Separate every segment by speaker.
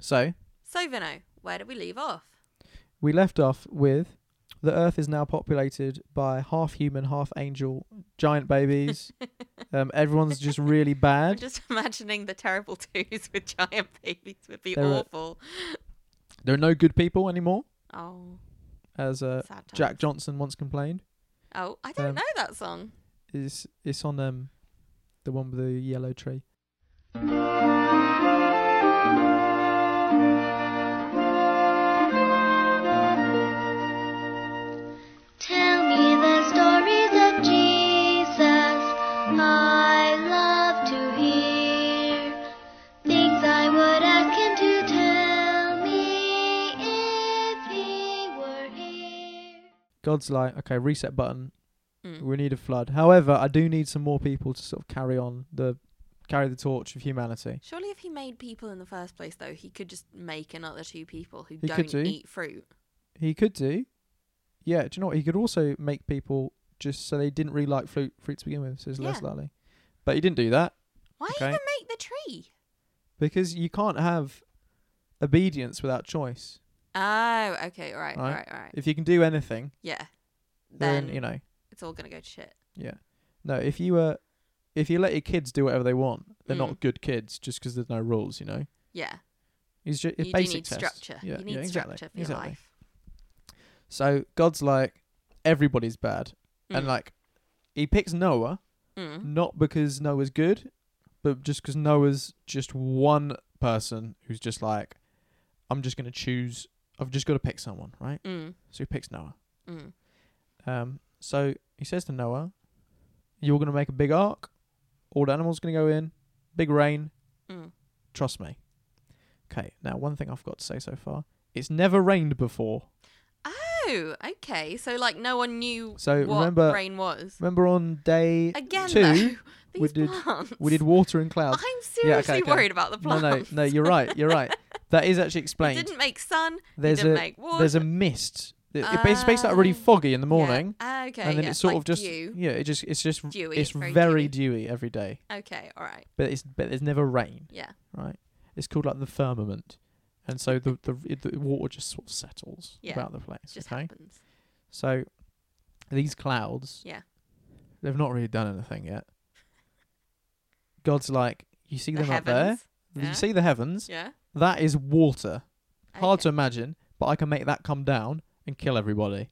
Speaker 1: So
Speaker 2: So, Vino, where did we leave off?
Speaker 1: we left off with the Earth is now populated by half human, half angel, giant babies. um, everyone's just really
Speaker 2: I'm
Speaker 1: bad.
Speaker 2: just imagining the terrible twos with giant babies would be
Speaker 1: They were-
Speaker 2: awful.
Speaker 1: There are no good people anymore,
Speaker 2: Oh,
Speaker 1: as uh,
Speaker 2: sad times.
Speaker 1: Jack Johnson once complained.
Speaker 2: Oh, I don't
Speaker 1: um,
Speaker 2: know that song.
Speaker 1: It's it's on um the one with the yellow tree.
Speaker 3: Tell me the stories of Jesus. I love to hear things I would ask him to tell me if he were here.
Speaker 1: God's like, okay, reset button.
Speaker 2: Mm.
Speaker 1: We need a flood. However, I do need some more people to sort of carry on the carry the torch of humanity.
Speaker 2: Surely, if he made people in the first place, though, he could just make another two people who
Speaker 1: He could
Speaker 2: don't
Speaker 1: do.
Speaker 2: eat fruit.
Speaker 1: He could do. Yeah, do you know what? He could also make people just so they didn't really like fruit fruit to begin with, so it's less
Speaker 2: Yeah.
Speaker 1: likely. But he didn't do that
Speaker 2: Why
Speaker 1: Okay.
Speaker 2: even make the tree?
Speaker 1: because you can't have obedience without choice.
Speaker 2: Oh, okay, all right,
Speaker 1: Right.
Speaker 2: all right, all right.
Speaker 1: If you can do anything,
Speaker 2: Yeah.
Speaker 1: then,
Speaker 2: Then,
Speaker 1: you know,
Speaker 2: it's all gonna go to shit.
Speaker 1: yeah. No, if you uh if you let your kids do whatever they want, they're
Speaker 2: Mm.
Speaker 1: not good kids just 'cause there's no rules, you know.
Speaker 2: Yeah.
Speaker 1: It's just
Speaker 2: You
Speaker 1: it's
Speaker 2: do
Speaker 1: basic
Speaker 2: need
Speaker 1: test.
Speaker 2: structure.
Speaker 1: Yeah,
Speaker 2: you need
Speaker 1: yeah, exactly,
Speaker 2: structure for your
Speaker 1: exactly.
Speaker 2: life.
Speaker 1: So God's like, everybody's bad. And
Speaker 2: Mm.
Speaker 1: like, he picks Noah,
Speaker 2: Mm.
Speaker 1: not because Noah's good, but just because Noah's just one person who's just like, I'm just going to choose, I've just got to pick someone, right?
Speaker 2: Mm.
Speaker 1: So he picks Noah.
Speaker 2: Mm.
Speaker 1: Um, so he says to Noah, You're going to make a big ark, all the animals going to go in, big rain,
Speaker 2: Mm.
Speaker 1: trust me. Okay, now one thing I've got to say so far it's never rained before.
Speaker 2: Oh, okay. So like no one knew
Speaker 1: So
Speaker 2: what
Speaker 1: remember-
Speaker 2: rain was.
Speaker 1: Remember on day
Speaker 2: Again
Speaker 1: two,
Speaker 2: though,
Speaker 1: we
Speaker 2: these
Speaker 1: did-
Speaker 2: plants.
Speaker 1: we did water and
Speaker 2: I'm
Speaker 1: clouds.
Speaker 2: seriously
Speaker 1: okay.
Speaker 2: worried about the
Speaker 1: No,
Speaker 2: plants.
Speaker 1: no, no. You're right. You're right. That is actually
Speaker 2: It
Speaker 1: explained.
Speaker 2: didn't make sun.
Speaker 1: There's
Speaker 2: it didn't
Speaker 1: a
Speaker 2: make water.
Speaker 1: there's a mist. It, it bas- basically
Speaker 2: Ah.
Speaker 1: started really foggy in the
Speaker 2: Yeah. uh,
Speaker 1: morning,
Speaker 2: Okay.
Speaker 1: and then
Speaker 2: yeah.
Speaker 1: it's sort
Speaker 2: like
Speaker 1: of just
Speaker 2: dew.
Speaker 1: yeah. It just it's just
Speaker 2: Dewy,
Speaker 1: it's
Speaker 2: it's very
Speaker 1: very,
Speaker 2: dewy.
Speaker 1: dewy. every day,
Speaker 2: Okay. All right.
Speaker 1: but it's but there's never rain,
Speaker 2: Yeah.
Speaker 1: right? It's called like the firmament, and so the the, it, the water just sort of settles
Speaker 2: Yeah.
Speaker 1: about the place.
Speaker 2: It just
Speaker 1: okay,
Speaker 2: happens.
Speaker 1: so these clouds,
Speaker 2: Yeah.
Speaker 1: they've not really done anything yet. God's like, you see
Speaker 2: The
Speaker 1: them up there.
Speaker 2: heavens. Yeah.
Speaker 1: You see the heavens.
Speaker 2: Yeah.
Speaker 1: That is water. Hard
Speaker 2: Okay.
Speaker 1: to imagine, but I can make that come down and kill everybody.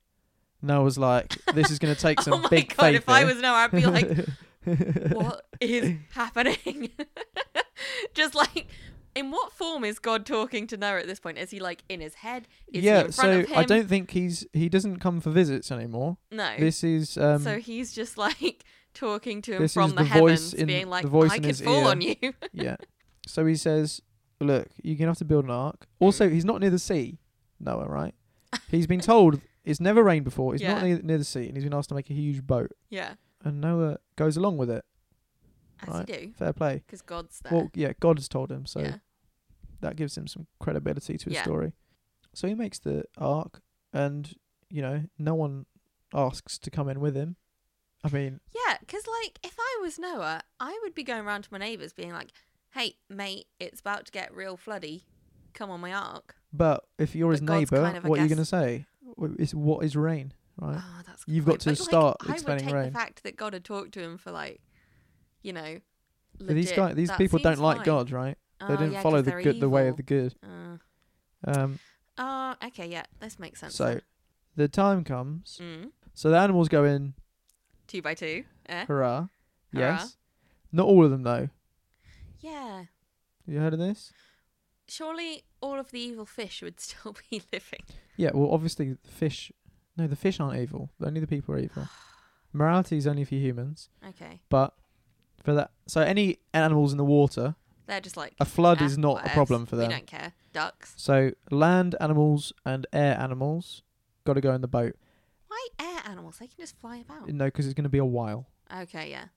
Speaker 1: Noah's like, this is going to take some
Speaker 2: oh my
Speaker 1: big
Speaker 2: god!
Speaker 1: faith.
Speaker 2: If I
Speaker 1: here.
Speaker 2: was Noah, I'd be like, "What is happening?" Just like, in what form is God talking to Noah at this point? Is he like in his head? Is he
Speaker 1: yeah,
Speaker 2: in front
Speaker 1: so
Speaker 2: of him?
Speaker 1: I don't think he's he doesn't come for visits anymore.
Speaker 2: No.
Speaker 1: This is um
Speaker 2: so he's just like talking to him
Speaker 1: this
Speaker 2: from
Speaker 1: is
Speaker 2: the,
Speaker 1: the voice
Speaker 2: heavens,
Speaker 1: in-
Speaker 2: being like,
Speaker 1: the voice
Speaker 2: "I
Speaker 1: in
Speaker 2: could
Speaker 1: his
Speaker 2: fall
Speaker 1: ear.
Speaker 2: on you."
Speaker 1: yeah. So he says, look, you're going to have to build an ark.
Speaker 2: Mm-hmm.
Speaker 1: Also, he's not near the sea, Noah, right? He's been told it's never rained before. He's not
Speaker 2: Yeah.
Speaker 1: near, near the sea, and he's been asked to make a huge boat.
Speaker 2: yeah,
Speaker 1: And Noah goes along with it.
Speaker 2: as
Speaker 1: Right.
Speaker 2: you do,
Speaker 1: Fair play.
Speaker 2: because God's there.
Speaker 1: Well, yeah, God has told him, so
Speaker 2: yeah,
Speaker 1: that gives him some credibility to his
Speaker 2: Yeah.
Speaker 1: story. So he makes the ark, and you know, no one asks to come in with him. I mean,
Speaker 2: yeah, because like if I was Noah, I would be going around to my neighbours, being like, "Hey, mate, it's about to get real floody. Come on my ark."
Speaker 1: but if you're his
Speaker 2: But God's
Speaker 1: neighbour,
Speaker 2: kind of, I
Speaker 1: what are you
Speaker 2: guess-
Speaker 1: going to say? Wh- It's what is rain, right?
Speaker 2: Oh, that's a
Speaker 1: You've
Speaker 2: good
Speaker 1: got
Speaker 2: point.
Speaker 1: to
Speaker 2: But,
Speaker 1: start
Speaker 2: like,
Speaker 1: explaining
Speaker 2: I would take
Speaker 1: rain.
Speaker 2: the fact that God had talked to him for like, you know,
Speaker 1: But these
Speaker 2: legit,
Speaker 1: guy, these
Speaker 2: that
Speaker 1: people don't
Speaker 2: seems
Speaker 1: like
Speaker 2: fine.
Speaker 1: God, right?
Speaker 2: Oh,
Speaker 1: they didn't
Speaker 2: yeah,
Speaker 1: follow
Speaker 2: 'cause
Speaker 1: the
Speaker 2: they're
Speaker 1: good, the way of
Speaker 2: evil.
Speaker 1: the good.
Speaker 2: Uh,
Speaker 1: Um,
Speaker 2: oh, okay, yeah, this makes sense.
Speaker 1: so
Speaker 2: then.
Speaker 1: the time comes.
Speaker 2: Mm.
Speaker 1: So the animals go in,
Speaker 2: two by two. Eh?
Speaker 1: hurrah!
Speaker 2: Hurrah.
Speaker 1: Yes, not all of them though.
Speaker 2: Yeah.
Speaker 1: You heard of this?
Speaker 2: Surely all of the evil fish would still be living.
Speaker 1: Yeah, well, obviously the fish. No, the fish aren't evil. Only the people are evil. Morality is only for humans,
Speaker 2: Okay,
Speaker 1: but for that, so any animals in the water,
Speaker 2: they're just like
Speaker 1: a flood
Speaker 2: "Ah,
Speaker 1: is not a
Speaker 2: whatevs.
Speaker 1: problem for them.
Speaker 2: We don't care. Ducks.
Speaker 1: So land animals and air animals got to go in the boat.
Speaker 2: Why air animals? They can just fly about.
Speaker 1: No, because it's going to be a while.
Speaker 2: Okay, yeah.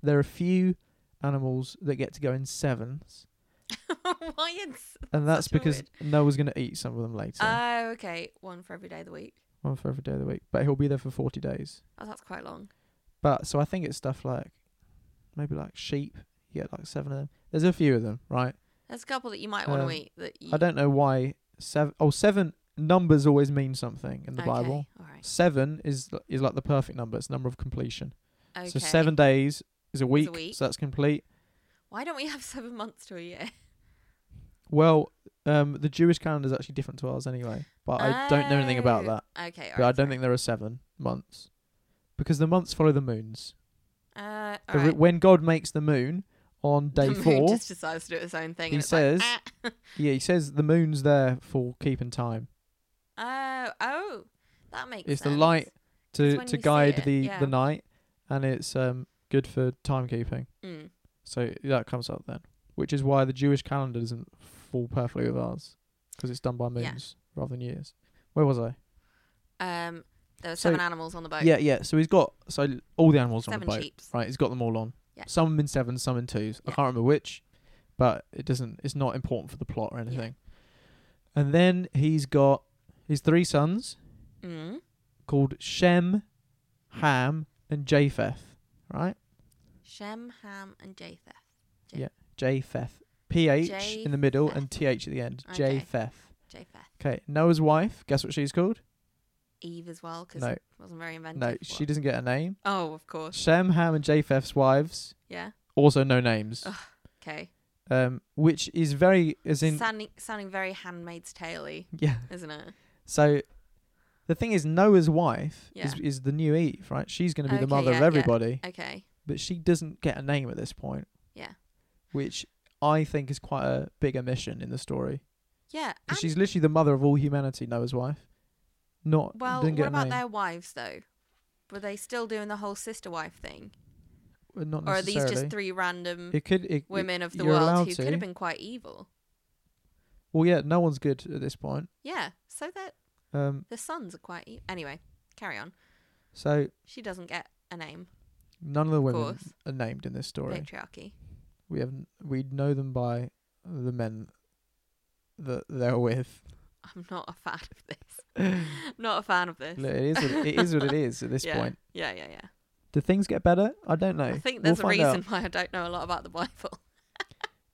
Speaker 1: There are a few animals that get to go in sevens,
Speaker 2: Why it's
Speaker 1: and that's
Speaker 2: Such a
Speaker 1: because Noah's going to eat some of them later,
Speaker 2: oh okay, one for every day of the week.
Speaker 1: one for every day of the week. But he'll be there for forty days.
Speaker 2: Oh, that's quite long.
Speaker 1: But so I think it's stuff like maybe like sheep. You get like seven of them. There's a few of them, right?
Speaker 2: There's a couple that you might want to
Speaker 1: Um,
Speaker 2: eat that you.
Speaker 1: I don't know why seven oh seven numbers always mean something in the
Speaker 2: okay.
Speaker 1: Bible.
Speaker 2: All right.
Speaker 1: Seven is l- is like the perfect number. It's number of completion.
Speaker 2: Okay.
Speaker 1: So seven days is a week,
Speaker 2: week.
Speaker 1: so that's complete.
Speaker 2: Why don't we have seven months to a year?
Speaker 1: Well, um, the Jewish calendar is actually different to ours anyway, but I don't know anything about
Speaker 2: Oh,
Speaker 1: that.
Speaker 2: Okay.
Speaker 1: But I don't think there are seven months because the months follow the moons.
Speaker 2: Uh, all
Speaker 1: Every-
Speaker 2: right.
Speaker 1: When God makes the moon on day
Speaker 2: the moon
Speaker 1: four,
Speaker 2: just decides to do its own thing.
Speaker 1: he
Speaker 2: and it's like,
Speaker 1: says-
Speaker 2: "Ah."
Speaker 1: yeah, he says the moon's there for keeping time
Speaker 2: Oh, oh, that makes
Speaker 1: It's the
Speaker 2: sense.
Speaker 1: light
Speaker 2: It's
Speaker 1: to
Speaker 2: when
Speaker 1: to
Speaker 2: we see
Speaker 1: guide
Speaker 2: it,
Speaker 1: the
Speaker 2: yeah.
Speaker 1: the night, and it's um good for timekeeping.
Speaker 2: Mm.
Speaker 1: So that comes up then, which is why the Jewish calendar doesn't fall perfectly with ours, 'cause it's done by
Speaker 2: Yeah.
Speaker 1: moons rather than years. Where was I?
Speaker 2: Um, there were
Speaker 1: So-
Speaker 2: seven animals on the boat.
Speaker 1: Yeah, yeah. So he's got so all the animals on
Speaker 2: seven
Speaker 1: the boat,
Speaker 2: sheeps.
Speaker 1: right? He's got them all on.
Speaker 2: Yeah.
Speaker 1: Some in sevens, some in twos. I
Speaker 2: Yeah.
Speaker 1: can't remember which, but it doesn't. It's not important for the plot or anything. And then he's got his three sons
Speaker 2: Mm.
Speaker 1: called Shem, Ham, and Japheth. Right?
Speaker 2: Shem, Ham, and Japheth.
Speaker 1: Japheth. P H in the middle and T H at the end.
Speaker 2: Okay.
Speaker 1: Japheth.
Speaker 2: Japheth.
Speaker 1: Okay. Noah's wife. Guess what she's called?
Speaker 2: Eve as well, 'cause
Speaker 1: No.
Speaker 2: it wasn't very inventive.
Speaker 1: No, she
Speaker 2: What?
Speaker 1: doesn't get a name.
Speaker 2: Oh, of course.
Speaker 1: Shem, Ham, and Japheth's wives
Speaker 2: Yeah.
Speaker 1: also no names.
Speaker 2: Ugh. Okay.
Speaker 1: Um, which is very as in
Speaker 2: sounding sounding very Handmaid's Tale-y,
Speaker 1: yeah.
Speaker 2: isn't it?
Speaker 1: So the thing is, Noah's wife
Speaker 2: Yeah.
Speaker 1: is is the new Eve, right? She's going to be
Speaker 2: Okay,
Speaker 1: the mother
Speaker 2: yeah,
Speaker 1: of
Speaker 2: yeah.
Speaker 1: everybody,
Speaker 2: Okay.
Speaker 1: but she doesn't get a name at this point.
Speaker 2: Yeah.
Speaker 1: Which I think is quite a big omission in the story.
Speaker 2: Yeah.
Speaker 1: 'Cause
Speaker 2: and-
Speaker 1: She's literally the mother of all humanity, Noah's wife. Not
Speaker 2: well,
Speaker 1: didn't
Speaker 2: what
Speaker 1: get a
Speaker 2: about
Speaker 1: name.
Speaker 2: their wives though? Were they still doing the whole sister wife thing,
Speaker 1: Well, Not
Speaker 2: or are
Speaker 1: necessarily.
Speaker 2: these just three random
Speaker 1: It could. It,
Speaker 2: women of the
Speaker 1: you're
Speaker 2: world
Speaker 1: allowed
Speaker 2: who
Speaker 1: to.
Speaker 2: could have been quite evil?
Speaker 1: Well, yeah, no one's good at this point.
Speaker 2: Yeah. So that
Speaker 1: Um,
Speaker 2: the sons are quite e- anyway. Carry on.
Speaker 1: so
Speaker 2: She doesn't get a name.
Speaker 1: none of the
Speaker 2: Of
Speaker 1: women
Speaker 2: course.
Speaker 1: are named in this story.
Speaker 2: Patriarchy.
Speaker 1: We have we know them by the men that they're with.
Speaker 2: I'm not a fan of this. not a fan of this.
Speaker 1: Look, it is what it is what it is at this
Speaker 2: yeah.
Speaker 1: point.
Speaker 2: Yeah, yeah, yeah.
Speaker 1: Do things get better? I don't know.
Speaker 2: I think
Speaker 1: We'll
Speaker 2: there's a
Speaker 1: find out.
Speaker 2: reason why I don't know a lot about the Bible.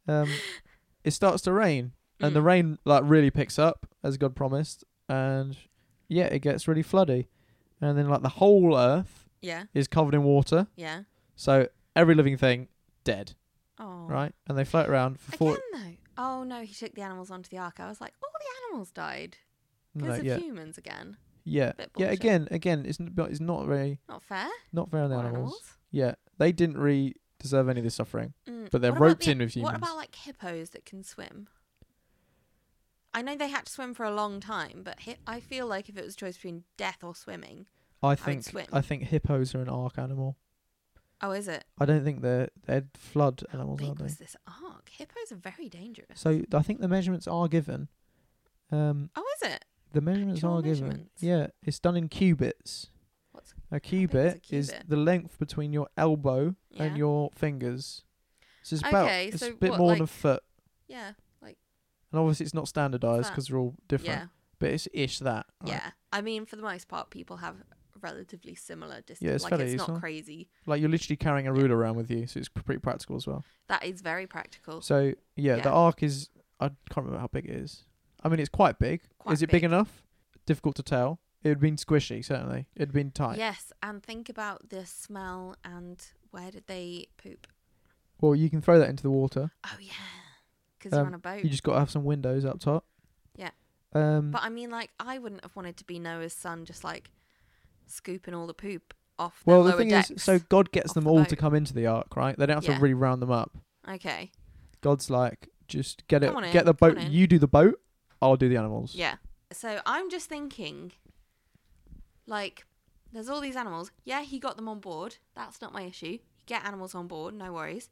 Speaker 1: Um, it starts to rain, and the
Speaker 2: Mm.
Speaker 1: rain like really picks up as God promised, and yeah, it gets really floody, and then like the whole earth
Speaker 2: Yeah,
Speaker 1: is covered in water,
Speaker 2: yeah.
Speaker 1: so every living thing dead,
Speaker 2: Oh.
Speaker 1: right? And they float around for four.
Speaker 2: Again though. Oh no, he took the animals onto the ark. I was like, all the animals died
Speaker 1: No,
Speaker 2: because of
Speaker 1: yeah,
Speaker 2: humans again.
Speaker 1: yeah,
Speaker 2: bit
Speaker 1: yeah.
Speaker 2: bullshit.
Speaker 1: Again, again, it's n- but it's not very
Speaker 2: Not fair.
Speaker 1: not fair on the
Speaker 2: Poor
Speaker 1: animals. Yeah, they didn't really deserve any of this suffering.
Speaker 2: Mm,
Speaker 1: But they're
Speaker 2: what about
Speaker 1: roped
Speaker 2: the-
Speaker 1: in with
Speaker 2: What
Speaker 1: humans.
Speaker 2: about like hippos that can swim? I know they had to swim for a long time, but hi- I feel like if it was a choice between death or swimming,
Speaker 1: I
Speaker 2: would
Speaker 1: think
Speaker 2: swim.
Speaker 1: I think hippos are an ark animal.
Speaker 2: oh, is it?
Speaker 1: I don't think they're they're flood animals, are
Speaker 2: Big
Speaker 1: they?
Speaker 2: was this ark? Hippos are very dangerous.
Speaker 1: So I think the measurements are given. Um,
Speaker 2: oh, is it?
Speaker 1: the measurements
Speaker 2: Actual
Speaker 1: are given.
Speaker 2: measurements?
Speaker 1: Yeah, it's done in cubits.
Speaker 2: What's
Speaker 1: A
Speaker 2: big is a
Speaker 1: cubit is,
Speaker 2: cubit?
Speaker 1: the length between your elbow
Speaker 2: Yeah.
Speaker 1: and your fingers. So it's about
Speaker 2: Okay,
Speaker 1: it's
Speaker 2: so
Speaker 1: a bit
Speaker 2: what,
Speaker 1: more than a
Speaker 2: like-
Speaker 1: foot.
Speaker 2: Yeah,
Speaker 1: And obviously, it's not standardized
Speaker 2: that?
Speaker 1: because they're all different.
Speaker 2: yeah,
Speaker 1: But it's ish that. right?
Speaker 2: yeah. I mean, for the most part, people have relatively similar distance.
Speaker 1: it's
Speaker 2: like
Speaker 1: fairly
Speaker 2: it's not
Speaker 1: useful.
Speaker 2: crazy.
Speaker 1: Like you're literally carrying a ruler around with you, so it's pretty practical as well.
Speaker 2: That is very practical.
Speaker 1: So yeah,
Speaker 2: Yeah.
Speaker 1: the arc is I can't remember how big it is. I mean, it's quite big.
Speaker 2: Quite
Speaker 1: is it big,
Speaker 2: big.
Speaker 1: enough? Difficult to tell. It had been squishy, certainly. It had been tight.
Speaker 2: Yes, and think about the smell and where did they poop?
Speaker 1: Well, you can throw that into the water.
Speaker 2: Oh yeah, because you're
Speaker 1: Um,
Speaker 2: on a boat.
Speaker 1: You just got to have some windows up top.
Speaker 2: Yeah.
Speaker 1: Um.
Speaker 2: But I mean, like, I wouldn't have wanted to be Noah's son, just like scooping all the poop off.
Speaker 1: well, the
Speaker 2: the lower
Speaker 1: thing
Speaker 2: decks.
Speaker 1: is, so God gets
Speaker 2: off
Speaker 1: them
Speaker 2: the
Speaker 1: all to
Speaker 2: boat.
Speaker 1: come into the ark, right? They don't have
Speaker 2: Yeah.
Speaker 1: to really round them up.
Speaker 2: okay,
Speaker 1: God's like, just get it,
Speaker 2: Come on
Speaker 1: get
Speaker 2: in,
Speaker 1: the
Speaker 2: come
Speaker 1: boat.
Speaker 2: on in.
Speaker 1: You do the boat. I'll do the animals.
Speaker 2: yeah. So I'm just thinking, like, there's all these animals. Yeah, he got them on board. That's not my issue. You get animals on board, no worries.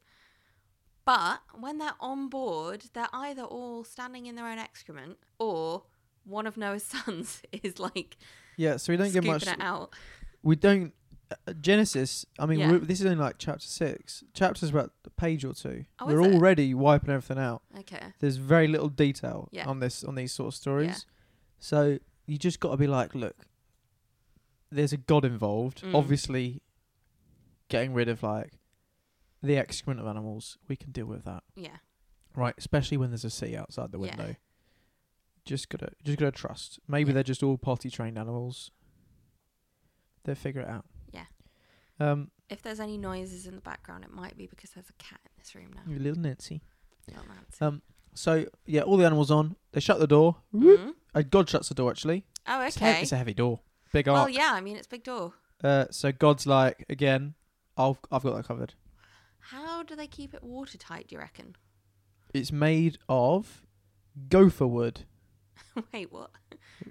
Speaker 2: But when they're on board, they're either all standing in their own excrement or one of Noah's sons is like
Speaker 1: Yeah. So we don't get
Speaker 2: scooping
Speaker 1: much.
Speaker 2: it out.
Speaker 1: we don't uh, Genesis. I mean,
Speaker 2: Yeah.
Speaker 1: we're, this is only like chapter six. Chapter's about a page or two.
Speaker 2: Oh,
Speaker 1: we're
Speaker 2: is it?
Speaker 1: already wiping everything out.
Speaker 2: Okay.
Speaker 1: There's very little detail
Speaker 2: Yeah.
Speaker 1: on this on these sort of stories. So you just got to be like, look, there's a god involved.
Speaker 2: Mm.
Speaker 1: Obviously, getting rid of like the excrement of animals, we can deal with that.
Speaker 2: Yeah.
Speaker 1: right? Especially when there's a sea outside the
Speaker 2: Yeah.
Speaker 1: window. Just gotta, just gotta trust. Maybe
Speaker 2: Yeah.
Speaker 1: they're just all potty trained animals. They'll figure it out.
Speaker 2: Yeah.
Speaker 1: Um,
Speaker 2: If there's any noises in the background, it might be because there's a cat in this room now.
Speaker 1: you little Nancy.
Speaker 2: Not Nancy.
Speaker 1: Um, So yeah, all the animals on. They shut the door. Whoop.
Speaker 2: Mhm.
Speaker 1: Uh, God shuts the door actually.
Speaker 2: Oh,
Speaker 1: It's, he-
Speaker 2: okay.
Speaker 1: it's a heavy door. Big
Speaker 2: well,
Speaker 1: arc.
Speaker 2: yeah. I mean, it's big door.
Speaker 1: Uh, so God's like again. I've I've got that covered.
Speaker 2: How do they keep it watertight? Do you reckon?
Speaker 1: It's made of gopher wood.
Speaker 2: Wait, what?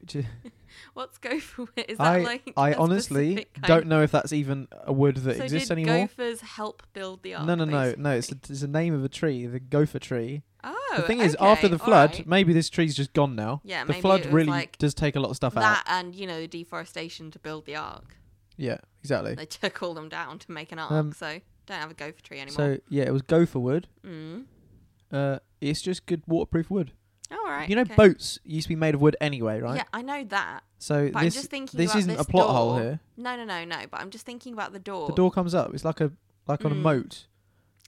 Speaker 1: Which is,
Speaker 2: What's gopher? wood? Is that
Speaker 1: I
Speaker 2: like?
Speaker 1: I
Speaker 2: a
Speaker 1: honestly
Speaker 2: specific kind
Speaker 1: don't know if that's even a wood that
Speaker 2: so
Speaker 1: exists
Speaker 2: did
Speaker 1: anymore.
Speaker 2: Gophers help build the ark.
Speaker 1: No, no, no, no. It's, a,
Speaker 2: basically?
Speaker 1: it's the name of a tree, the gopher tree.
Speaker 2: oh,
Speaker 1: the thing is, after
Speaker 2: okay,
Speaker 1: the flood,
Speaker 2: alright.
Speaker 1: maybe this tree's just gone now.
Speaker 2: yeah,
Speaker 1: the
Speaker 2: maybe
Speaker 1: flood
Speaker 2: it was
Speaker 1: really
Speaker 2: like
Speaker 1: does take a lot of stuff out.
Speaker 2: that, and you know, deforestation to build the ark.
Speaker 1: Yeah, exactly.
Speaker 2: They took all them down to make an ark,
Speaker 1: Um,
Speaker 2: so don't have a gopher tree anymore.
Speaker 1: So yeah, it was gopher wood.
Speaker 2: mm.
Speaker 1: Uh, it's just good waterproof wood.
Speaker 2: All right.
Speaker 1: you know,
Speaker 2: okay.
Speaker 1: boats used to be made of wood anyway, right?
Speaker 2: Yeah, I know that.
Speaker 1: So
Speaker 2: But I'm
Speaker 1: this
Speaker 2: just thinking
Speaker 1: this
Speaker 2: about
Speaker 1: isn't a
Speaker 2: this
Speaker 1: plot hole
Speaker 2: door.
Speaker 1: here.
Speaker 2: No, no, no, no. But I'm just thinking about the door.
Speaker 1: The door comes up. It's like a like on a
Speaker 2: Mm.
Speaker 1: moat.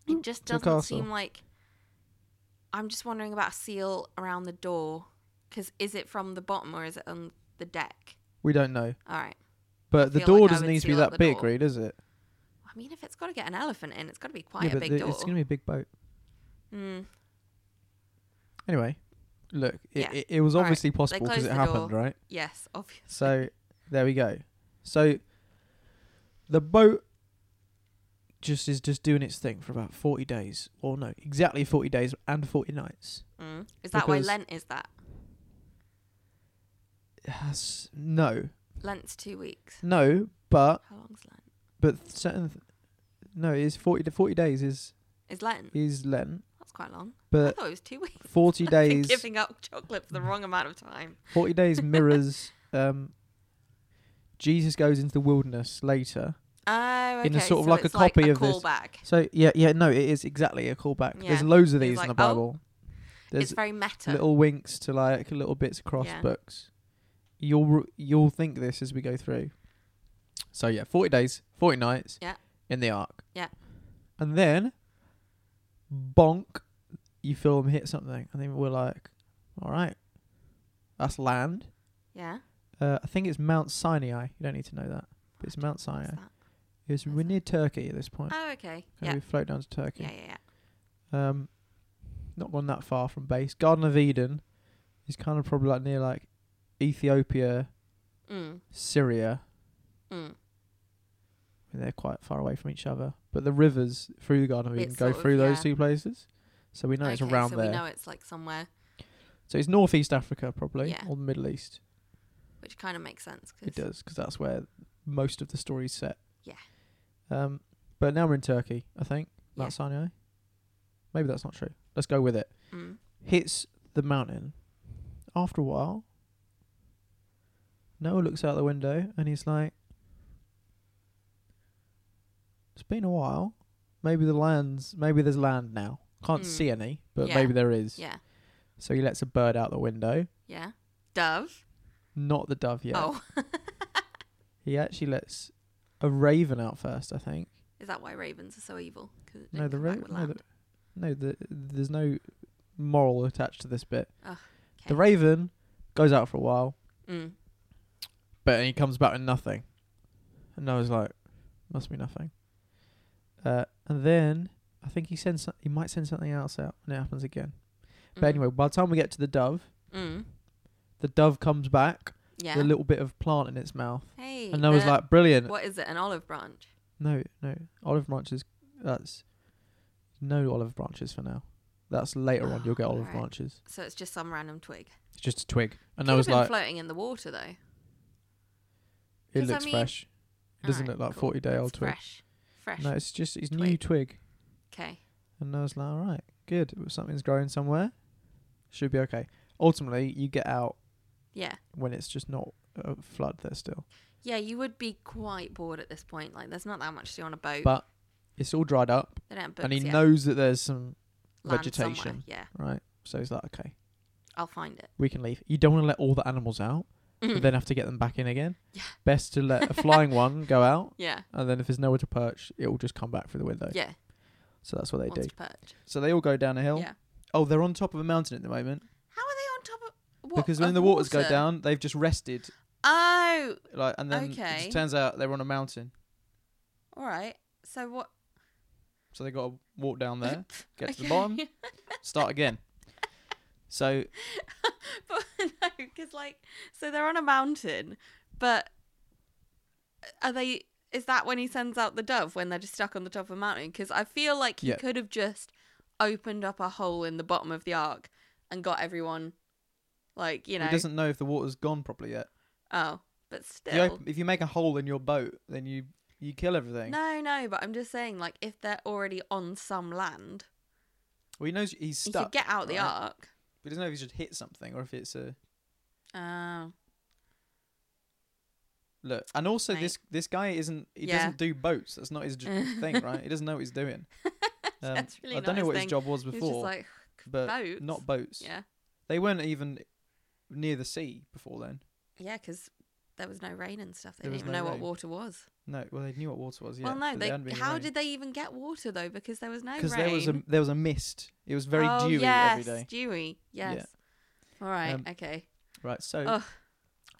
Speaker 2: It just
Speaker 1: Mm, to a
Speaker 2: doesn't
Speaker 1: castle.
Speaker 2: seem like. I'm just wondering about a seal around the door, because is it from the bottom or is it on the deck?
Speaker 1: We don't know,
Speaker 2: All right.
Speaker 1: but the
Speaker 2: feel like
Speaker 1: door
Speaker 2: I
Speaker 1: doesn't
Speaker 2: would
Speaker 1: need to be
Speaker 2: seal up
Speaker 1: that
Speaker 2: the
Speaker 1: big,
Speaker 2: door.
Speaker 1: really, does it?
Speaker 2: I mean, if it's got to get an elephant in, it's got to be quite
Speaker 1: yeah,
Speaker 2: a
Speaker 1: but
Speaker 2: big
Speaker 1: the-
Speaker 2: door.
Speaker 1: it's gonna be a big boat.
Speaker 2: Mm,
Speaker 1: Anyway, look, it,
Speaker 2: Yeah.
Speaker 1: it, it was
Speaker 2: All right.
Speaker 1: obviously possible 'cause
Speaker 2: closed
Speaker 1: it
Speaker 2: the
Speaker 1: happened, right?
Speaker 2: yes, obviously.
Speaker 1: So there we go. So the boat just is just doing its thing for about forty days, or no, exactly forty days and forty nights.
Speaker 2: Mm. Is that why
Speaker 1: because-
Speaker 2: Lent is that?
Speaker 1: Yes, no,
Speaker 2: Lent's two weeks.
Speaker 1: no, but
Speaker 2: How long's Lent?
Speaker 1: but certain th- no it is 40 to 40 days is
Speaker 2: Is Lent?
Speaker 1: is lent
Speaker 2: That's quite long. I
Speaker 1: but
Speaker 2: thought it was two weeks.
Speaker 1: 40
Speaker 2: I've been
Speaker 1: Uh, days
Speaker 2: giving up chocolate for the wrong amount of time.
Speaker 1: 40 days mirrors um jesus goes into the wilderness later
Speaker 2: Oh, okay.
Speaker 1: In a sort of
Speaker 2: so
Speaker 1: like a
Speaker 2: it's
Speaker 1: copy
Speaker 2: a
Speaker 1: of this.
Speaker 2: callback.
Speaker 1: so yeah yeah no it is exactly a callback
Speaker 2: Yeah.
Speaker 1: there's loads of
Speaker 2: He's
Speaker 1: these in
Speaker 2: like,
Speaker 1: the
Speaker 2: "Oh,
Speaker 1: bible
Speaker 2: It's
Speaker 1: there's
Speaker 2: very meta.
Speaker 1: little winks to like little bits across
Speaker 2: Yeah.
Speaker 1: books you'll r- you'll think this as we go through so yeah 40 days 40 nights
Speaker 2: Yeah.
Speaker 1: in the ark
Speaker 2: Yeah.
Speaker 1: and then bonk you feel them hit something and then we're like all right that's land
Speaker 2: yeah.
Speaker 1: uh, i think it's mount sinai you don't need to know that but it's mount
Speaker 2: What's
Speaker 1: sinai
Speaker 2: that?
Speaker 1: it's
Speaker 2: Where's
Speaker 1: we're
Speaker 2: that?
Speaker 1: near turkey at this point
Speaker 2: Oh, okay.
Speaker 1: Okay,
Speaker 2: Yeah.
Speaker 1: we float down to turkey
Speaker 2: yeah, yeah, yeah.
Speaker 1: um, not gone that far from base. Garden of Eden is kind of probably like near like Ethiopia,
Speaker 2: Mm,
Speaker 1: Syria.
Speaker 2: mm.
Speaker 1: and they're quite far away from each other, but the rivers through the Garden of Eden
Speaker 2: It's
Speaker 1: go
Speaker 2: sort of-
Speaker 1: through those
Speaker 2: yeah.
Speaker 1: two places. So we know it's
Speaker 2: Okay,
Speaker 1: around
Speaker 2: so
Speaker 1: there.
Speaker 2: we know it's like somewhere,
Speaker 1: So it's northeast Africa probably,
Speaker 2: Yeah.
Speaker 1: or the Middle East.
Speaker 2: which kind of makes sense. Cause,
Speaker 1: It does because that's where most of the story's set.
Speaker 2: Yeah.
Speaker 1: Um, but now we're in Turkey, I think.
Speaker 2: Yeah.
Speaker 1: Mount Sinai. Maybe that's not true. Let's go with it.
Speaker 2: Mm.
Speaker 1: hits the mountain. After a while, Noah looks out the window and he's like, "It's been a while. Maybe the land's maybe there's land now. Can't
Speaker 2: Mm.
Speaker 1: see any, but
Speaker 2: Yeah.
Speaker 1: maybe there is."
Speaker 2: Yeah.
Speaker 1: So he lets a bird out the window.
Speaker 2: Yeah. Dove.
Speaker 1: Not the dove yet.
Speaker 2: Oh,
Speaker 1: He actually lets a raven out first, I think.
Speaker 2: is that why ravens are so evil? 'Cause it
Speaker 1: No,
Speaker 2: didn't
Speaker 1: the
Speaker 2: come back
Speaker 1: raven.
Speaker 2: with
Speaker 1: No,
Speaker 2: land.
Speaker 1: the, no the, there's no moral attached to this bit.
Speaker 2: Oh,
Speaker 1: The
Speaker 2: okay.
Speaker 1: raven goes out for a while.
Speaker 2: Mm.
Speaker 1: But he comes back with nothing. And I was like, must be nothing. Uh, and then I think he sends some- he might send something else out and it happens again. But
Speaker 2: mm,
Speaker 1: anyway, by the time we get to the dove,
Speaker 2: Mm.
Speaker 1: the dove comes back
Speaker 2: Yeah.
Speaker 1: with a little bit of plant in its mouth.
Speaker 2: hey.
Speaker 1: And I was
Speaker 2: the-
Speaker 1: like, brilliant.
Speaker 2: what is it? An olive branch?
Speaker 1: No, no. Olive branches that's no olive branches for now. That's later on you'll get
Speaker 2: Oh,
Speaker 1: olive
Speaker 2: alright.
Speaker 1: branches.
Speaker 2: So it's just some random twig.
Speaker 1: It's just a twig. And
Speaker 2: Could
Speaker 1: I
Speaker 2: have
Speaker 1: was
Speaker 2: been
Speaker 1: like
Speaker 2: floating in the water though.
Speaker 1: it
Speaker 2: 'cause I
Speaker 1: looks
Speaker 2: mean-
Speaker 1: fresh. It doesn't
Speaker 2: Alright,
Speaker 1: look like
Speaker 2: cool.
Speaker 1: 40 day
Speaker 2: It's
Speaker 1: old twig.
Speaker 2: Fresh. Fresh.
Speaker 1: No, it's just it's new
Speaker 2: Twig.
Speaker 1: twig.
Speaker 2: Okay.
Speaker 1: And I was like, all right, good. Something's growing somewhere. Should be okay. Ultimately, you get out
Speaker 2: Yeah.
Speaker 1: when it's just not a flood there still.
Speaker 2: Yeah, you would be quite bored at this point. Like, there's not that much to do on a boat.
Speaker 1: But it's all dried up,
Speaker 2: they don't have
Speaker 1: and he
Speaker 2: books yet.
Speaker 1: knows that there's some,
Speaker 2: Land somewhere.
Speaker 1: vegetation.
Speaker 2: Yeah,
Speaker 1: right? So he's like, okay,
Speaker 2: I'll find it.
Speaker 1: we can leave. You don't want to let all the animals out and then have to get them back in again.
Speaker 2: Hmm. Yeah.
Speaker 1: Best to let a flying one go out,
Speaker 2: yeah,
Speaker 1: and then if there's nowhere to perch, it will just come back through the window.
Speaker 2: yeah.
Speaker 1: So that's what they
Speaker 2: wants
Speaker 1: do.
Speaker 2: to perch.
Speaker 1: So they all go down a hill.
Speaker 2: Yeah.
Speaker 1: Oh, they're on top of a mountain at the moment
Speaker 2: How are they on top of what?
Speaker 1: because
Speaker 2: of
Speaker 1: when the waters go
Speaker 2: water?
Speaker 1: down, they've just rested.
Speaker 2: Oh,
Speaker 1: Like, and then it
Speaker 2: Okay.
Speaker 1: just turns out they're on a mountain,
Speaker 2: all right. So what?
Speaker 1: so they got to walk down there, get to the bottom, start again. So
Speaker 2: but no, because like, so they're on a mountain, but are they? Is that when he sends out the dove when they're just stuck on the top of a mountain? Because I feel like he
Speaker 1: Yeah.
Speaker 2: could have just opened up a hole in the bottom of the ark and got everyone, like you know.
Speaker 1: he doesn't know if the water's gone properly yet.
Speaker 2: oh, but still.
Speaker 1: If you, open, if you make a hole in your boat, then you you kill everything.
Speaker 2: No, no, but I'm just saying, like, if they're already on some land,
Speaker 1: Well, he knows he's
Speaker 2: you
Speaker 1: stuck.
Speaker 2: could get out the
Speaker 1: right?
Speaker 2: ark.
Speaker 1: He doesn't know if he should hit something or if it's a
Speaker 2: Oh,
Speaker 1: look. And also,
Speaker 2: Mate.
Speaker 1: this this guy isn't. He
Speaker 2: Yeah.
Speaker 1: doesn't do boats. That's not his j- thing, right? He doesn't know what he's doing. Um,
Speaker 2: That's really
Speaker 1: I
Speaker 2: not
Speaker 1: don't know
Speaker 2: his
Speaker 1: what
Speaker 2: thing.
Speaker 1: his job was
Speaker 2: he was
Speaker 1: before,
Speaker 2: just like
Speaker 1: but
Speaker 2: boats.
Speaker 1: not boats.
Speaker 2: yeah,
Speaker 1: They weren't even near the sea before then.
Speaker 2: yeah, because there was no rain and stuff. They
Speaker 1: There was
Speaker 2: didn't even
Speaker 1: no
Speaker 2: know what
Speaker 1: rain.
Speaker 2: water was.
Speaker 1: No, well, they knew what water was. Yeah.
Speaker 2: well, no,
Speaker 1: but
Speaker 2: they.
Speaker 1: hadn't been
Speaker 2: how
Speaker 1: rain.
Speaker 2: did they even get water though? Because there was no rain.
Speaker 1: Because there was a there was a mist. It was very
Speaker 2: oh,
Speaker 1: dewy
Speaker 2: yes,
Speaker 1: every day.
Speaker 2: Dewy. Yes. All right.
Speaker 1: Um,
Speaker 2: okay.
Speaker 1: Right. So
Speaker 2: Ugh.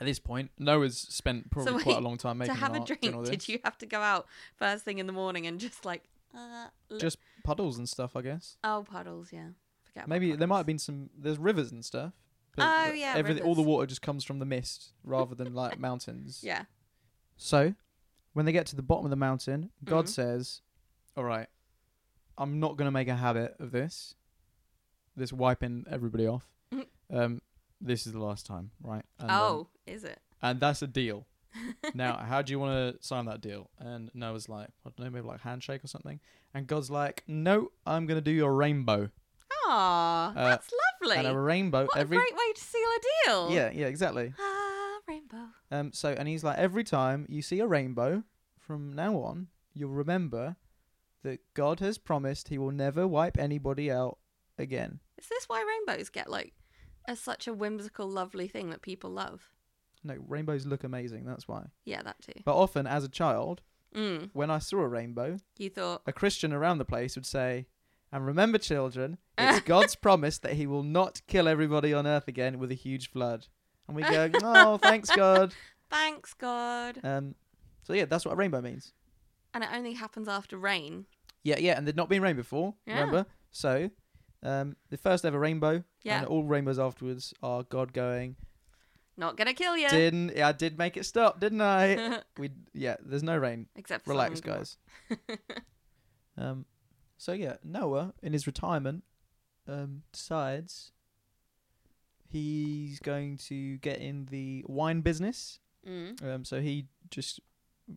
Speaker 1: at this point, Noah's spent probably
Speaker 2: So
Speaker 1: quite a
Speaker 2: wait,
Speaker 1: long time
Speaker 2: To
Speaker 1: making
Speaker 2: have
Speaker 1: an
Speaker 2: a
Speaker 1: ark doing all
Speaker 2: drink, did
Speaker 1: this.
Speaker 2: you have to go out first thing in the morning and just like, uh, look-
Speaker 1: Just puddles and stuff, I guess.
Speaker 2: oh puddles? Yeah. Forget about
Speaker 1: Maybe there might
Speaker 2: puddles.
Speaker 1: have been some. There's rivers and stuff.
Speaker 2: Oh,
Speaker 1: the-
Speaker 2: yeah,
Speaker 1: everything- all the
Speaker 2: rivers.
Speaker 1: water just comes from the mist rather than like mountains.
Speaker 2: Yeah.
Speaker 1: So, when they get to the bottom of the mountain, God
Speaker 2: Mhm.
Speaker 1: says, "All right, I'm not going to make a habit of this. This wiping everybody off.
Speaker 2: Mhm.
Speaker 1: Um, this is the last time, right? And, um,
Speaker 2: Oh, is it?
Speaker 1: and that's a deal. now, how do you want to sign that deal? And Noah's like, I don't know, maybe like handshake or something. And God's like, No, I'm going to do your rainbow.
Speaker 2: Aw,
Speaker 1: Uh,
Speaker 2: that's
Speaker 1: And
Speaker 2: lovely.
Speaker 1: a rainbow
Speaker 2: what
Speaker 1: every
Speaker 2: a great way to seal a deal.
Speaker 1: yeah, yeah, exactly.
Speaker 2: Ah, rainbow.
Speaker 1: Um, so and he's like, every time you see a rainbow, from now on, you'll remember that God has promised He will never wipe anybody out again.
Speaker 2: Is this why rainbows get like as such a whimsical, lovely thing that people love?
Speaker 1: No, rainbows look amazing. That's why.
Speaker 2: Yeah, that too.
Speaker 1: But often, as a child,
Speaker 2: Mm,
Speaker 1: when I saw a rainbow,
Speaker 2: you thought,
Speaker 1: a Christian around the place would say, "And remember, children, it's God's promise that He will not kill everybody on earth again with a huge flood." And we go, "Oh, thanks God."
Speaker 2: thanks God.
Speaker 1: Um, so yeah, that's what a rainbow means.
Speaker 2: And it only happens after rain.
Speaker 1: Yeah, yeah, and there'd not been rain before.
Speaker 2: Yeah.
Speaker 1: Remember? So, um, the first ever rainbow,
Speaker 2: Yeah.
Speaker 1: and all rainbows afterwards are God going.
Speaker 2: Not gonna kill you.
Speaker 1: Didn't yeah, I did make it stop, didn't I? we yeah, there's no rain.
Speaker 2: Except for
Speaker 1: Relax,
Speaker 2: Sodom
Speaker 1: guys. um, so yeah, Noah in his retirement, um, decides he's going to get in the wine business.
Speaker 2: and Gomorrah. Mm.
Speaker 1: Um, so he just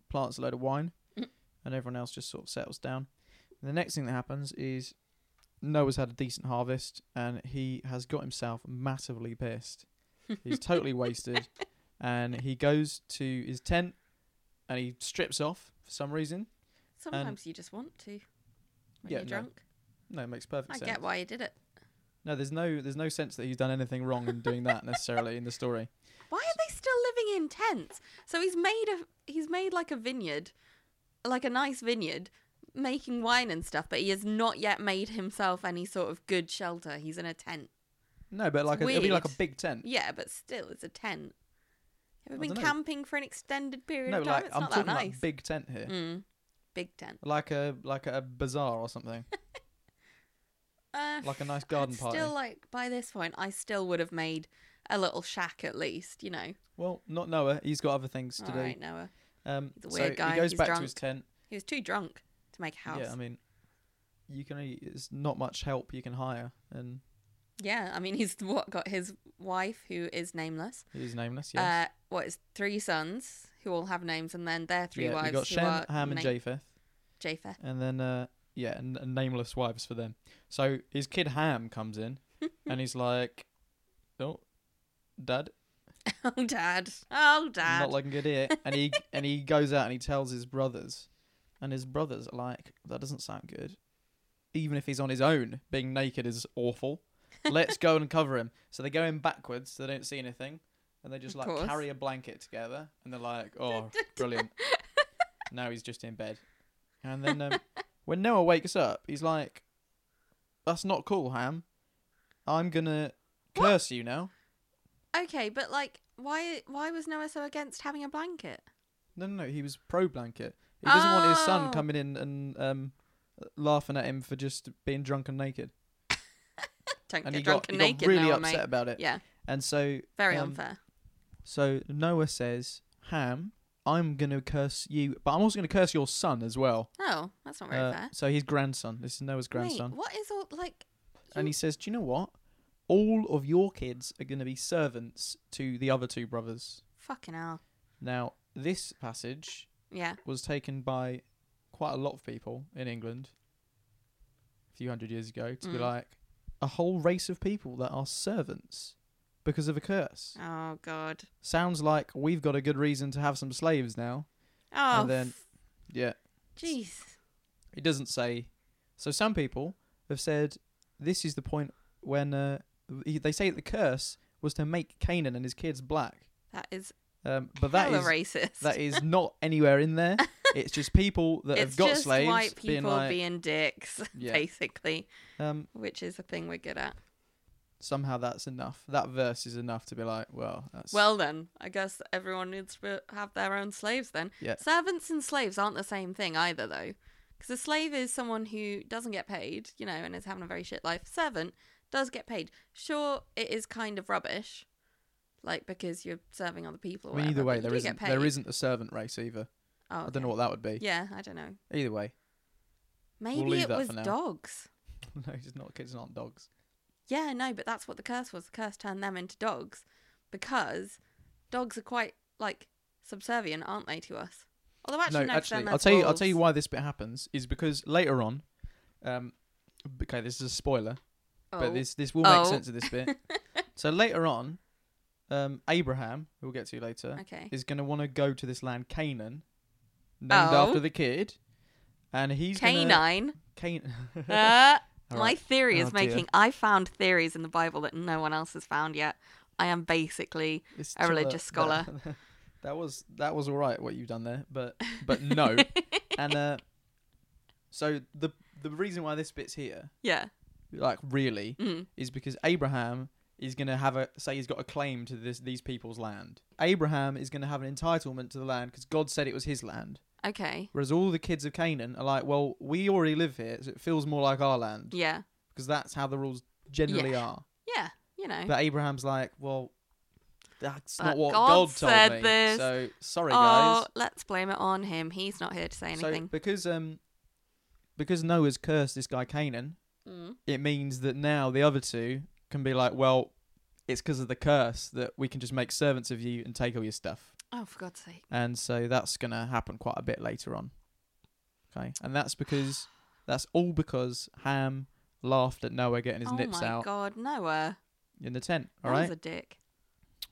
Speaker 1: plants a load of wine,
Speaker 2: Mm.
Speaker 1: and everyone else just sort of settles down. And the next thing that happens is Noah's had a decent harvest, and he has got himself massively pissed. He's totally wasted, and he goes to his tent, and he strips off for some reason.
Speaker 2: Sometimes you just want to when
Speaker 1: Yeah,
Speaker 2: you're
Speaker 1: no,
Speaker 2: drunk.
Speaker 1: No, it makes perfect
Speaker 2: I
Speaker 1: sense.
Speaker 2: get why you did it.
Speaker 1: No, there's no there's no sense that he's done anything wrong in doing that necessarily in the story.
Speaker 2: Why are they still living in tents? So he's made a he's made like a vineyard, like a nice vineyard, making wine and stuff, but he has not yet made himself any sort of good shelter. He's in a tent.
Speaker 1: No, but like a, it'll be like a
Speaker 2: weird.
Speaker 1: big tent.
Speaker 2: Yeah, but still it's a tent. Have
Speaker 1: I
Speaker 2: we been
Speaker 1: dunno.
Speaker 2: camping for an extended period
Speaker 1: No,
Speaker 2: of time?
Speaker 1: like
Speaker 2: it's
Speaker 1: I'm
Speaker 2: not
Speaker 1: talking
Speaker 2: that
Speaker 1: about
Speaker 2: nice.
Speaker 1: big tent here,
Speaker 2: Mm, big tent.
Speaker 1: like a like a bazaar or something.
Speaker 2: Uh,
Speaker 1: like a nice garden
Speaker 2: I'd
Speaker 1: party.
Speaker 2: Still like by this point I still would have made a little shack at least, you know.
Speaker 1: Well, not Noah. He's got other things to
Speaker 2: All
Speaker 1: do.
Speaker 2: right, Noah.
Speaker 1: Um,
Speaker 2: He's a
Speaker 1: so
Speaker 2: weird guy,
Speaker 1: he goes
Speaker 2: he's
Speaker 1: back to his
Speaker 2: drunk.
Speaker 1: tent.
Speaker 2: He was too drunk to make a house.
Speaker 1: Yeah, I mean, you can. Only, it's not much help you can hire, and
Speaker 2: Yeah, I mean, he's what got his wife, who is nameless.
Speaker 1: he's nameless. Yes.
Speaker 2: Uh, what is three sons who all have names, and then their three
Speaker 1: yeah,
Speaker 2: wives.
Speaker 1: You got
Speaker 2: who
Speaker 1: Shem,
Speaker 2: are
Speaker 1: Ham, and
Speaker 2: na-
Speaker 1: Japheth,
Speaker 2: Japheth.
Speaker 1: and then uh, yeah, and, and nameless wives for them. So his kid Ham comes in, and he's like, "Oh, Dad,
Speaker 2: Oh, dad. Oh,
Speaker 1: I'm
Speaker 2: dad.
Speaker 1: not looking good here." and he and he goes out and he tells his brothers, and his brothers are like, "That doesn't sound good." Even if he's on his own, being naked is awful. Let's go and cover him. So they go in backwards, so they don't see anything, and they just
Speaker 2: Of
Speaker 1: like
Speaker 2: course.
Speaker 1: carry a blanket together, and they're like, "Oh, brilliant!" now he's just in bed, and then um, when Noah wakes up, he's like, "That's not cool, Ham." I'm gonna
Speaker 2: What?
Speaker 1: curse you now.
Speaker 2: Okay, but like, why why was Noah so against having a blanket?
Speaker 1: No, no, no. He was pro blanket. He doesn't want his son
Speaker 2: Oh.
Speaker 1: coming in and um, laughing at him for just being drunk and naked.
Speaker 2: Don't
Speaker 1: And
Speaker 2: get
Speaker 1: he
Speaker 2: drunk
Speaker 1: got,
Speaker 2: and
Speaker 1: he
Speaker 2: naked,
Speaker 1: got really
Speaker 2: Noah,
Speaker 1: upset
Speaker 2: mate.
Speaker 1: about it.
Speaker 2: Yeah,
Speaker 1: And so,
Speaker 2: very
Speaker 1: um,
Speaker 2: unfair.
Speaker 1: so Noah says, "Ham, I'm gonna curse you, but I'm also gonna curse your son as well."
Speaker 2: Oh, that's not very
Speaker 1: Uh,
Speaker 2: fair.
Speaker 1: so his grandson. This is Noah's grandson.
Speaker 2: Wait, what is all like?
Speaker 1: and he says, "Do you know what? All of your kids are going to be servants to the other two brothers."
Speaker 2: Fucking hell.
Speaker 1: Now, this passage
Speaker 2: Yeah.
Speaker 1: was taken by quite a lot of people in England a few hundred years ago to be
Speaker 2: Mm.
Speaker 1: like a whole race of people that are servants because of a curse.
Speaker 2: Oh god.
Speaker 1: Sounds like we've got a good reason to have some slaves now.
Speaker 2: Oh.
Speaker 1: And then,
Speaker 2: f-
Speaker 1: yeah,
Speaker 2: jeez.
Speaker 1: it doesn't say. So some people have said this is the point when uh, he- they say the curse was to make Canaan and his kids black.
Speaker 2: That is
Speaker 1: Um, but that
Speaker 2: hella
Speaker 1: is
Speaker 2: racist.
Speaker 1: that is not anywhere in there. It's just people that
Speaker 2: it's
Speaker 1: have got
Speaker 2: just
Speaker 1: slaves
Speaker 2: white
Speaker 1: being
Speaker 2: people
Speaker 1: like
Speaker 2: being dicks,
Speaker 1: Yeah.
Speaker 2: basically,
Speaker 1: um,
Speaker 2: which is the thing we're good at.
Speaker 1: somehow that's enough. That verse is enough to be like, well, that's
Speaker 2: Well then, I guess everyone needs to have their own slaves then.
Speaker 1: Yeah.
Speaker 2: Servants and slaves aren't the same thing either though. Because a slave is someone who doesn't get paid, you know, and is having a very shit life. Servant does get paid. Sure, it is kind of rubbish, like because you're serving other people.
Speaker 1: I
Speaker 2: Or
Speaker 1: mean,
Speaker 2: whatever,
Speaker 1: either
Speaker 2: but
Speaker 1: way,
Speaker 2: you
Speaker 1: there
Speaker 2: do
Speaker 1: isn't
Speaker 2: get paid.
Speaker 1: there isn't a servant race either.
Speaker 2: Oh,
Speaker 1: I don't know what that would be.
Speaker 2: Yeah, I don't know.
Speaker 1: Either way,
Speaker 2: Maybe
Speaker 1: leave
Speaker 2: it
Speaker 1: that
Speaker 2: was
Speaker 1: for now.
Speaker 2: dogs.
Speaker 1: no, it's not kids, aren't dogs.
Speaker 2: Yeah, no, but that's what the curse was. The curse turned them into dogs because dogs are quite like subservient, aren't they, to us? Although actually,
Speaker 1: no,
Speaker 2: no, 'cause then
Speaker 1: actually, I'll
Speaker 2: there's
Speaker 1: tell you. I'll
Speaker 2: wolves.
Speaker 1: tell you why this bit happens is because later on, um, okay, this is a spoiler,
Speaker 2: Oh.
Speaker 1: but this this will make
Speaker 2: Oh.
Speaker 1: sense of this bit. so later on, um, Abraham, who we'll get to later,
Speaker 2: okay.
Speaker 1: is going to want to go to this land Canaan, named
Speaker 2: Oh.
Speaker 1: after the kid, and he's Gonna,
Speaker 2: Canine.
Speaker 1: Canaan.
Speaker 2: Uh,
Speaker 1: All
Speaker 2: My
Speaker 1: right.
Speaker 2: theory is
Speaker 1: Oh, dear.
Speaker 2: making. I found theories in the Bible that no one else has found yet. I am basically
Speaker 1: It's
Speaker 2: a religious scholar.
Speaker 1: That, that was that was all right what you've done there, but but no, and uh, so the the reason why this bit's here,
Speaker 2: yeah.
Speaker 1: like really,
Speaker 2: Mm.
Speaker 1: is because Abraham is going to have a say he's got a claim to this these people's land. Abraham is going to have an entitlement to the land because God said it was his land.
Speaker 2: Okay.
Speaker 1: Whereas all the kids of Canaan are like, well, we already live here, so it feels more like our land
Speaker 2: Yeah.
Speaker 1: because that's how the rules generally are.
Speaker 2: Yeah. You know.
Speaker 1: But Abraham's like, well, that's
Speaker 2: But
Speaker 1: not what
Speaker 2: Uh, God
Speaker 1: God, told
Speaker 2: said
Speaker 1: me.
Speaker 2: this.
Speaker 1: So sorry,
Speaker 2: oh,
Speaker 1: guys.
Speaker 2: let's blame it on him. He's not here to say
Speaker 1: So
Speaker 2: anything.
Speaker 1: because um because Noah's cursed this guy Canaan,
Speaker 2: Mm.
Speaker 1: it means that now the other two can be like, well, it's because of the curse that we can just make servants of you and take all your stuff.
Speaker 2: Oh, for God's sake.
Speaker 1: And so that's going to happen quite a bit later on. Okay. And that's because, that's all because Ham laughed at Noah getting his
Speaker 2: oh
Speaker 1: nips
Speaker 2: my
Speaker 1: out
Speaker 2: God, Noah.
Speaker 1: in the tent. All
Speaker 2: that
Speaker 1: right.
Speaker 2: was a dick.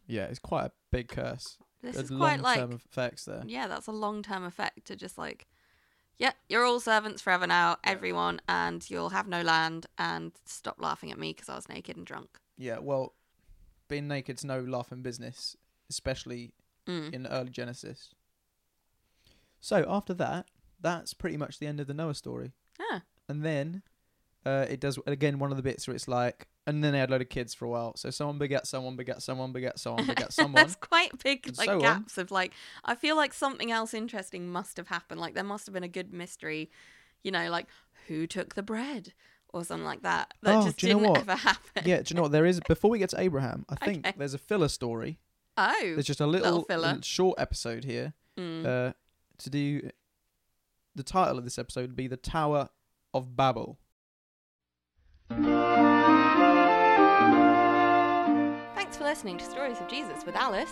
Speaker 1: yeah, it's quite a big curse.
Speaker 2: This
Speaker 1: There's
Speaker 2: is quite
Speaker 1: long
Speaker 2: like
Speaker 1: term effects there.
Speaker 2: yeah, that's a long term effect to just like, yeah, you're all servants forever now, everyone, and you'll have no land, and stop laughing at me because I was naked and drunk.
Speaker 1: Yeah. Well, being naked's no laughing business, especially
Speaker 2: Mm.
Speaker 1: in early Genesis. So after that, that's pretty much the end of the Noah story.
Speaker 2: Ah,
Speaker 1: And then uh, it does again one of the bits where it's like, and then they had a load of kids for a while. So someone begat someone begat someone begat someone begat someone.
Speaker 2: that's quite big
Speaker 1: And
Speaker 2: like
Speaker 1: so on.
Speaker 2: gaps of like. I feel like something else interesting must have happened. Like there must have been a good mystery, you know, like who took the bread or something like that. That
Speaker 1: Oh,
Speaker 2: just
Speaker 1: do you know
Speaker 2: didn't
Speaker 1: what?
Speaker 2: ever happen.
Speaker 1: yeah, do you know what there is? Before we get to Abraham, I think
Speaker 2: Okay.
Speaker 1: there's a filler story.
Speaker 2: Oh,
Speaker 1: There's just a little,
Speaker 2: Little filler.
Speaker 1: little short episode here
Speaker 2: mm.
Speaker 1: uh, to do. The title of this episode would be "The Tower of Babel."
Speaker 2: thanks for listening to Stories of Jesus with Alice.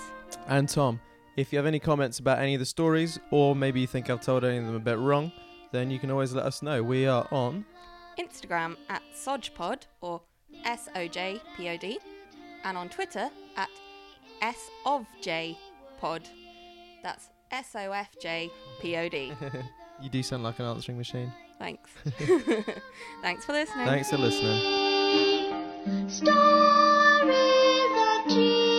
Speaker 1: And Tom, if you have any comments about any of the stories, or maybe you think I've told any of them a bit wrong, then you can always let us know. We are on
Speaker 2: Instagram at SOJPod or S O J P O D, and on Twitter at S of J Pod. That's S O F J P O D.
Speaker 1: You do sound like an answering machine.
Speaker 2: Thanks. Thanks for listening.
Speaker 1: Thanks for listening.
Speaker 3: Stories of Jesus.